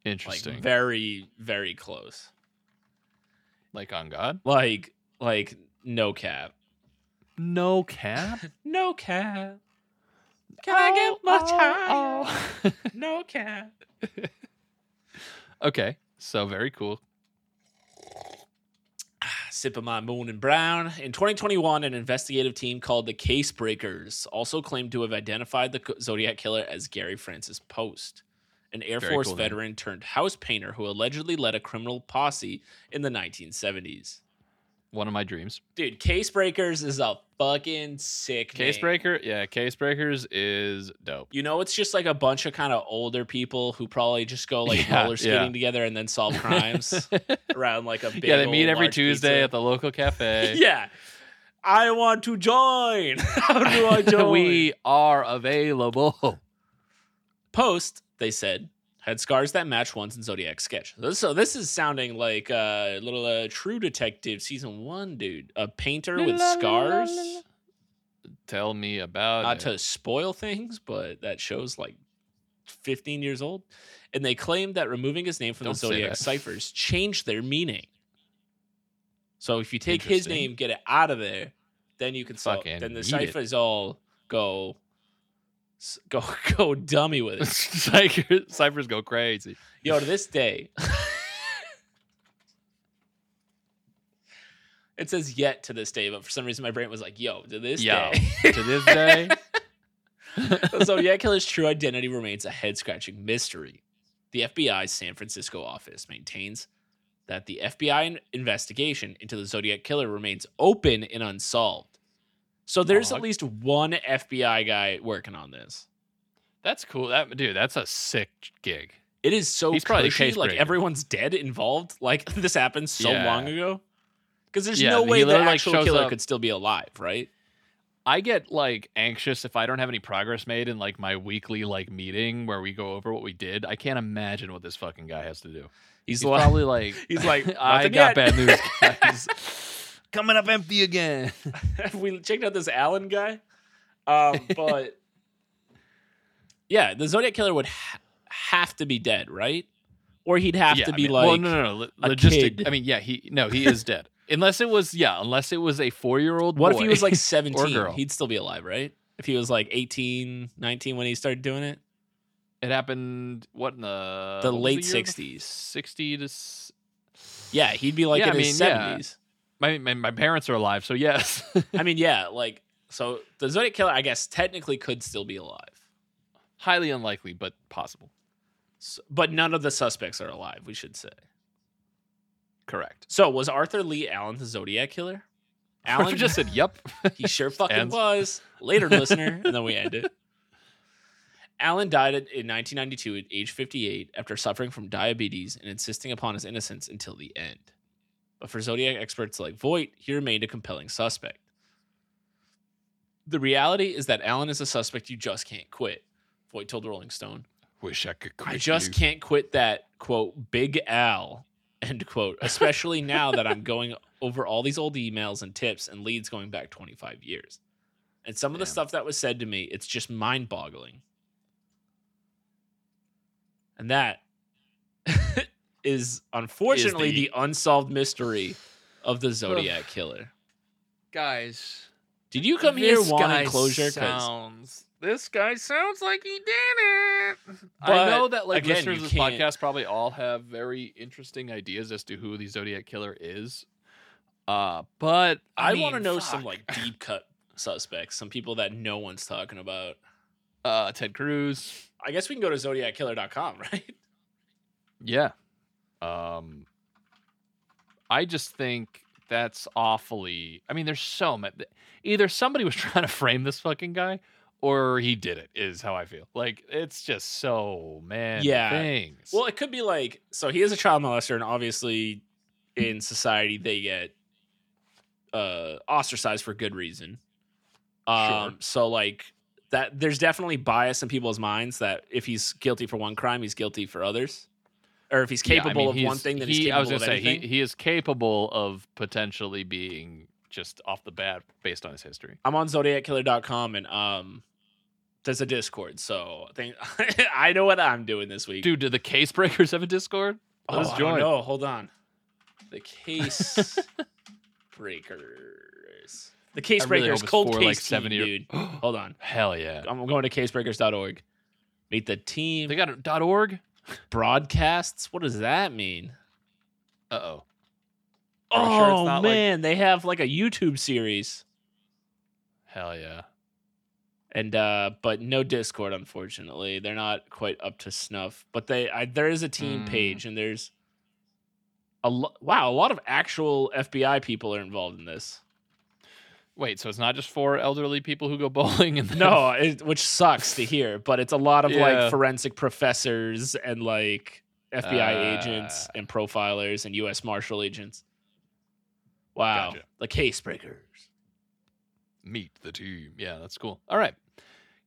Speaker 1: interesting. Like,
Speaker 2: very, very close.
Speaker 1: on God,
Speaker 2: Like, like no cap,
Speaker 1: no cap.
Speaker 2: no cap. Can I get much higher?
Speaker 1: higher?
Speaker 2: No cap. oh.
Speaker 1: okay, so very cool.
Speaker 2: Sip of my moon and brown. In 2021, an investigative team called the Case Breakers also claimed to have identified the Zodiac killer as Gary Francis Post, an Air
Speaker 1: Very
Speaker 2: Force
Speaker 1: cool name.
Speaker 2: veteran turned house painter who allegedly led a criminal posse in the 1970s.
Speaker 1: One of my dreams.
Speaker 2: Dude, Case Breakers is a fucking sick
Speaker 1: Case
Speaker 2: name.
Speaker 1: breaker, yeah. Case breakers is dope.
Speaker 2: You know, it's just like a bunch of kind of older people who probably just go like
Speaker 1: Yeah,
Speaker 2: roller skating
Speaker 1: yeah.
Speaker 2: together and then solve crimes around like a big.
Speaker 1: yeah, they meet
Speaker 2: old
Speaker 1: every
Speaker 2: large
Speaker 1: Tuesday
Speaker 2: pizza.
Speaker 1: at the local cafe.
Speaker 2: yeah. I want to join. How do I join?
Speaker 1: we are available.
Speaker 2: post, they said, had scars that match once in Zodiac sketch. This- So this is sounding like a little uh, True Detective season one, dude. A painter with scars.
Speaker 1: Tell me about
Speaker 2: Not
Speaker 1: it.
Speaker 2: to spoil things, but that show's like 15 years old. And they claimed that removing his name from
Speaker 1: Don't
Speaker 2: the
Speaker 1: say
Speaker 2: Zodiac
Speaker 1: that.
Speaker 2: ciphers changed their meaning. So if you take his
Speaker 1: Interesting.
Speaker 2: name, get it out of there, then you can solve.
Speaker 1: Fucking
Speaker 2: Then the
Speaker 1: eat it.
Speaker 2: ciphers all go, s- go, go dummy with it.
Speaker 1: Cypher- Cyphers go crazy.
Speaker 2: Yo, to this day, it says yet to this day, but for some reason my brain was like, yo, to this
Speaker 1: Yo.
Speaker 2: day.
Speaker 1: to this day,
Speaker 2: so Yet Killer's true identity remains a head scratching mystery. The FBI's San Francisco office maintains that the FBI in- investigation into the Zodiac Killer remains open and unsolved. So there's
Speaker 1: Log.
Speaker 2: at least one FBI guy working on this.
Speaker 1: that's cool. That dude, that's a sick gig.
Speaker 2: It is so
Speaker 1: He's probably a
Speaker 2: cushy,
Speaker 1: case
Speaker 2: like
Speaker 1: breaker.
Speaker 2: everyone's dead involved. Like this happened so
Speaker 1: Yeah.
Speaker 2: long ago. Because there's
Speaker 1: Yeah,
Speaker 2: no
Speaker 1: he
Speaker 2: way the
Speaker 1: literally, like,
Speaker 2: actual
Speaker 1: shows
Speaker 2: killer
Speaker 1: up-
Speaker 2: could still be alive, right?
Speaker 1: I get like anxious if I don't have any progress made in like my weekly like meeting where we go over what we did. I can't imagine what this fucking guy has to do.
Speaker 2: He's,
Speaker 1: He's
Speaker 2: like,
Speaker 1: probably like
Speaker 2: he's like,
Speaker 1: I got
Speaker 2: "Nothing yet."
Speaker 1: bad news, guys. Coming up empty again.
Speaker 2: have we checked out this Allen guy? Um, but yeah, the Zodiac killer would ha- have to be dead, right? Or he'd have
Speaker 1: Yeah,
Speaker 2: to
Speaker 1: I
Speaker 2: be
Speaker 1: mean-
Speaker 2: like,
Speaker 1: well, no, no, no. lo-
Speaker 2: a
Speaker 1: Logistic.
Speaker 2: kid.
Speaker 1: I mean, yeah, he no, he is dead. Unless it was yeah, unless it was a four year old.
Speaker 2: what if he was like 17?
Speaker 1: girl.
Speaker 2: he'd still be alive, right? If he was like 18, 19 when he started doing it,
Speaker 1: It happened what in the
Speaker 2: the
Speaker 1: Uh, what was
Speaker 2: late
Speaker 1: year of the-
Speaker 2: 60s.
Speaker 1: sixty to. s-
Speaker 2: Yeah, he'd be like
Speaker 1: Yeah,
Speaker 2: in
Speaker 1: I
Speaker 2: his
Speaker 1: mean, yeah.
Speaker 2: 70s.
Speaker 1: My, my my parents are alive, so yes.
Speaker 2: I mean, yeah, like so the Zodiac killer, I guess technically could still be alive,
Speaker 1: Highly unlikely, but possible.
Speaker 2: S but none of the suspects are alive. We should say.
Speaker 1: Correct.
Speaker 2: So was Arthur Lee Allen the Zodiac killer? Allen,
Speaker 1: just said, "Yep."
Speaker 2: he sure fucking
Speaker 1: Ends.
Speaker 2: was. Later, listener, and then we end it. Allen died in 1992 at age 58 after suffering from diabetes and insisting upon his innocence until the end. But for Zodiac experts like Voight, he remained a compelling suspect. The reality is that Allen is a suspect you just can't quit, Voight told Rolling Stone.
Speaker 1: Wish I could.
Speaker 2: I just can't quit that quote big Al end quote, especially now that I'm going over all these old emails and tips and leads going back 25 years. And some of the
Speaker 1: Damn.
Speaker 2: stuff that was said to me, it's just mind boggling. And that is unfortunately
Speaker 1: the-
Speaker 2: the unsolved mystery of the Zodiac killer.
Speaker 1: guys.
Speaker 2: Did you come here wanting closure? 'Cause-
Speaker 1: Sounds. This guy sounds like he did it.
Speaker 2: But,
Speaker 1: I know that like
Speaker 2: again,
Speaker 1: listeners
Speaker 2: you
Speaker 1: of this
Speaker 2: can't-
Speaker 1: podcast probably all have very interesting ideas as to who the Zodiac killer is. Uh, but I,
Speaker 2: I, want to
Speaker 1: mean,
Speaker 2: know some
Speaker 1: fuck.
Speaker 2: like deep cut suspects, some people that no one's talking about.
Speaker 1: uh, Ted Cruz.
Speaker 2: I guess we can go to zodiackiller.com, right?
Speaker 1: Yeah. Um, I just think that's awfully. I mean, there's so much. Either somebody was trying to frame this fucking guy, or he did it. Is how I feel. Like it's just so man.
Speaker 2: Yeah.
Speaker 1: Things.
Speaker 2: Well, it could be like so he is a child molester and obviously in society they get uh ostracized for good reason. Um
Speaker 1: Sure.
Speaker 2: so like that there's definitely bias in people's minds that if he's guilty for one crime, he's guilty for others. Or if he's
Speaker 1: Yeah, I
Speaker 2: capable
Speaker 1: mean,
Speaker 2: of one thing, then he's
Speaker 1: he-
Speaker 2: capable
Speaker 1: I was
Speaker 2: of
Speaker 1: gonna say
Speaker 2: anything.
Speaker 1: he, he is capable of potentially being just off the bat based on his history.
Speaker 2: I'm on zodiackiller.com and um there's a Discord, so I think I know what I'm doing this week.
Speaker 1: Dude, do the case breakers have a Discord? Let
Speaker 2: Oh,
Speaker 1: us join.
Speaker 2: No, hold on. The case breakers. The case
Speaker 1: I really
Speaker 2: breakers.
Speaker 1: hope it's
Speaker 2: cold
Speaker 1: for,
Speaker 2: case
Speaker 1: like, 70
Speaker 2: team,
Speaker 1: or-
Speaker 2: dude. Hold on.
Speaker 1: Hell yeah!
Speaker 2: I'm going to casebreakers.org. Meet the team.
Speaker 1: They got a dot org.
Speaker 2: broadcasts. What does that mean?
Speaker 1: Uh oh. Are we sure it's
Speaker 2: Oh
Speaker 1: not, like-
Speaker 2: man, they have like a YouTube series
Speaker 1: Hell yeah.
Speaker 2: and uh but no Discord unfortunately. They're not quite up to snuff, but they I, there is a team
Speaker 1: Mm.
Speaker 2: page and there's a lo- wow, a lot of actual FBI people are involved in this.
Speaker 1: Wait, so it's not just for elderly people who go bowling and then-
Speaker 2: No, it, which sucks to hear, but it's a lot of
Speaker 1: Yeah.
Speaker 2: like forensic professors and like FBI agents
Speaker 1: Ah.
Speaker 2: and profilers and U.S. Marshal agents. Wow,
Speaker 1: Gotcha.
Speaker 2: the case breakers,
Speaker 1: meet the team. Yeah, that's cool. All right,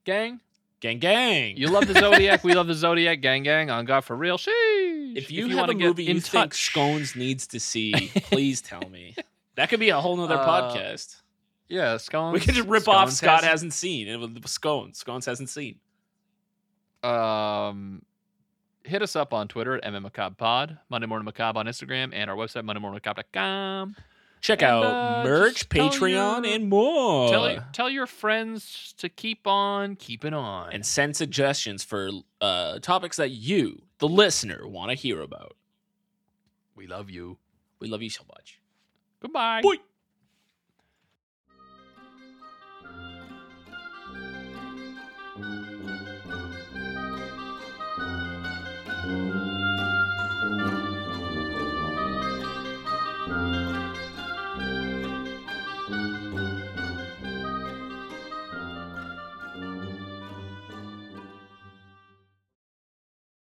Speaker 1: gang.
Speaker 2: gang, gang.
Speaker 1: You love the Zodiac. we love the Zodiac. Gang, gang. On God for real. Sheesh.
Speaker 2: if you, have a
Speaker 1: wanna get
Speaker 2: movie
Speaker 1: in
Speaker 2: you think
Speaker 1: touch-
Speaker 2: Scones needs to see, please tell me. That could be a whole nother
Speaker 1: Uh,
Speaker 2: podcast.
Speaker 1: yeah, scones.
Speaker 2: We could just rip off
Speaker 1: Scones
Speaker 2: Scott
Speaker 1: has-
Speaker 2: hasn't seen and with Scones. Scones hasn't seen.
Speaker 1: Um, hit us up on Twitter at MMMacabPod, Monday Morning Macabre on Instagram, and our website MondayMorningMacabre.com.
Speaker 2: Check
Speaker 1: And,
Speaker 2: out
Speaker 1: uh,
Speaker 2: merch,
Speaker 1: just tell
Speaker 2: Patreon,
Speaker 1: your-
Speaker 2: and more.
Speaker 1: tell tell your friends to keep on keeping on.
Speaker 2: and send suggestions for uh, topics that you, the listener, want to hear about.
Speaker 1: we love you.
Speaker 2: We love you so much.
Speaker 1: Goodbye.
Speaker 2: Boy.